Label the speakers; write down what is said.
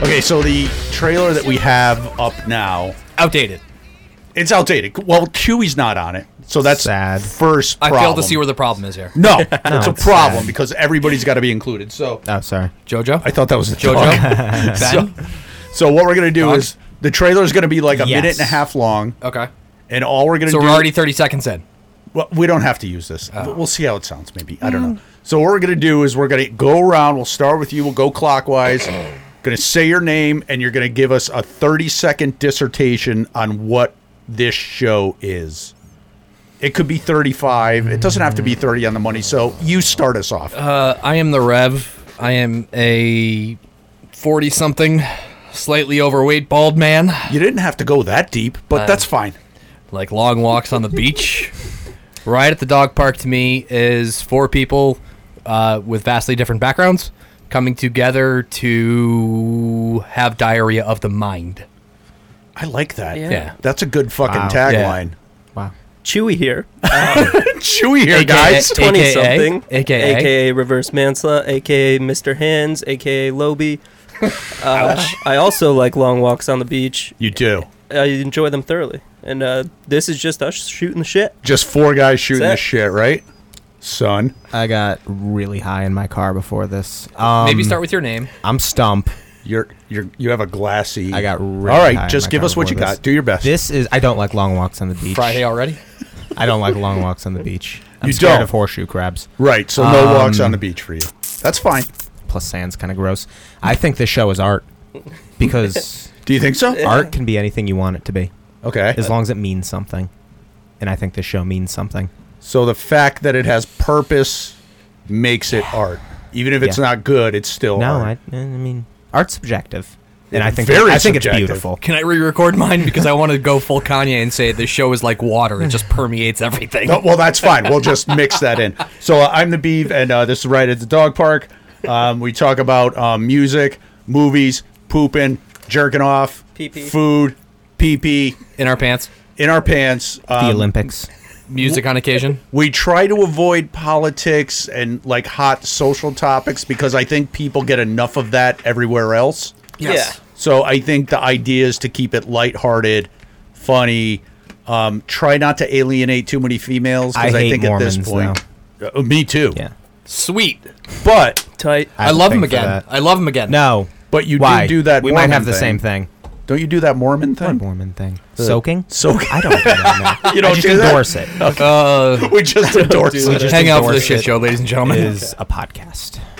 Speaker 1: Okay, so the trailer that we have up now,
Speaker 2: Outdated.
Speaker 1: it's outdated. Well, Chewy's not on it, so that's
Speaker 3: Sad.
Speaker 1: first.
Speaker 2: I
Speaker 1: Problem.
Speaker 2: fail to see where the problem is here.
Speaker 1: No, it's a
Speaker 3: it's
Speaker 1: problem
Speaker 3: sad.
Speaker 1: because everybody's got to be included. So
Speaker 3: Oh, sorry.
Speaker 2: Jojo?
Speaker 1: I thought that was the
Speaker 2: Jojo? ben?
Speaker 1: So what we're gonna do
Speaker 2: Dog?
Speaker 1: is the trailer is gonna be like a
Speaker 3: Yes.
Speaker 1: minute and a half long,
Speaker 2: Okay.
Speaker 1: and all we're gonna
Speaker 2: So
Speaker 1: do.
Speaker 2: we're already 30 seconds in.
Speaker 1: well, we don't have to use this.
Speaker 4: Oh.
Speaker 1: but We'll see how it sounds. Maybe I don't know. So what we're gonna do is we're gonna go around. We'll start with you. We'll go clockwise. gonna say your name, and you're gonna give us a 30 second dissertation on what this show is. It could be 35. It doesn't have to
Speaker 4: Mm.
Speaker 1: be 30 on the money. So you start us off.
Speaker 2: Uh, I am the Rev. I am a 40 something, slightly overweight, bald man.
Speaker 1: you didn't have to go that deep,
Speaker 4: Uh.
Speaker 1: but that's fine.
Speaker 2: Like long walks on the beach. Right at the dog park to me is four people uh, with vastly different backgrounds coming together to have diarrhea of the mind.
Speaker 1: I like that.
Speaker 4: Yeah.
Speaker 2: Yeah.
Speaker 1: That's a good fucking
Speaker 3: Wow.
Speaker 1: tagline.
Speaker 3: Wow.
Speaker 4: Chewy here.
Speaker 1: Chewy here,
Speaker 2: AKA
Speaker 1: guys.
Speaker 4: 20
Speaker 2: AKA?
Speaker 4: something.
Speaker 2: AKA?
Speaker 4: AKA Reverse Mansla. AKA Mr. Hands. AKA Lobie. Uh, I also like long walks on the beach.
Speaker 1: You do.
Speaker 4: I enjoy them thoroughly. And uh, this is just us shooting the shit.
Speaker 1: Just four guys shooting
Speaker 4: That's
Speaker 1: this
Speaker 4: it.
Speaker 1: shit, right? Son.
Speaker 3: I got really high in my car before this. Um,
Speaker 2: Maybe start with your name.
Speaker 3: I'm Stump.
Speaker 1: You're you're you have a glassy
Speaker 3: I got really
Speaker 1: All
Speaker 3: high
Speaker 1: right,
Speaker 3: in
Speaker 1: just
Speaker 3: my
Speaker 1: give
Speaker 3: car
Speaker 1: us what you
Speaker 3: before
Speaker 1: got. Do your best.
Speaker 3: This is. I don't like long walks on the beach.
Speaker 2: Friday already?
Speaker 3: I don't like long walks on the beach. I'm
Speaker 1: You
Speaker 3: scared
Speaker 1: don't.
Speaker 3: of horseshoe crabs.
Speaker 1: right, so no
Speaker 3: Um,
Speaker 1: walks on the beach for you. That's fine.
Speaker 3: Plus, sand's kind of gross. I think this show is art because
Speaker 1: Do you think so?
Speaker 3: art can be anything you want it to be,
Speaker 1: Uh, Okay. Uh,
Speaker 3: as long as it means something. And I think this show means something.
Speaker 1: So the fact that it has purpose makes it art. Even if it's
Speaker 3: Yeah.
Speaker 1: not good, it's still
Speaker 3: No, I,
Speaker 1: art.
Speaker 3: I mean, art's subjective, and I think
Speaker 1: Very
Speaker 3: I think
Speaker 1: subjective.
Speaker 3: it's beautiful.
Speaker 2: Can I re-record mine because I want to go full Kanye and say this show is like water; it just permeates everything.
Speaker 1: No, Oh, well, that's fine. We'll just mix that in. So uh, I'm the Beeve, and uh, this is right at the dog park. Um, we talk about um, music, movies, pooping, jerking off,
Speaker 4: Pee-pee.
Speaker 1: food, pee pee,
Speaker 2: In our pants,
Speaker 1: in our pants.
Speaker 3: The
Speaker 1: Um,
Speaker 3: Olympics.
Speaker 2: music on occasion.
Speaker 1: we try to avoid politics and like hot social topics because I think people get enough of that everywhere else.
Speaker 2: Yes.
Speaker 1: So I think the idea is to keep it lighthearted, funny. Um, try not to alienate too many females
Speaker 3: I
Speaker 1: because I,
Speaker 3: hate
Speaker 1: think at
Speaker 3: Mormons,
Speaker 1: this point, Uh, me too.
Speaker 3: Yeah,
Speaker 2: Sweet.
Speaker 1: But
Speaker 4: Yeah. Tight.
Speaker 2: I, love him
Speaker 3: think for
Speaker 2: again.
Speaker 3: that.
Speaker 2: I love him again.
Speaker 3: No,
Speaker 1: But you
Speaker 3: Why?
Speaker 1: do do that
Speaker 3: We
Speaker 1: Mormon
Speaker 3: might have the
Speaker 1: thing.
Speaker 3: same thing.
Speaker 1: don't you do that Mormon
Speaker 3: What
Speaker 1: thing?
Speaker 3: Mormon thing? Soaking?
Speaker 1: Soaking.
Speaker 3: I don't. Do that, no.
Speaker 1: You don't
Speaker 3: I just
Speaker 1: do that? Oh
Speaker 3: endorse it.
Speaker 2: Uh,
Speaker 1: We just endorse
Speaker 3: We
Speaker 1: it.
Speaker 3: just
Speaker 2: hang out for the
Speaker 3: endorse
Speaker 2: shit
Speaker 3: it.
Speaker 2: show, ladies and gentlemen.
Speaker 3: Is a podcast.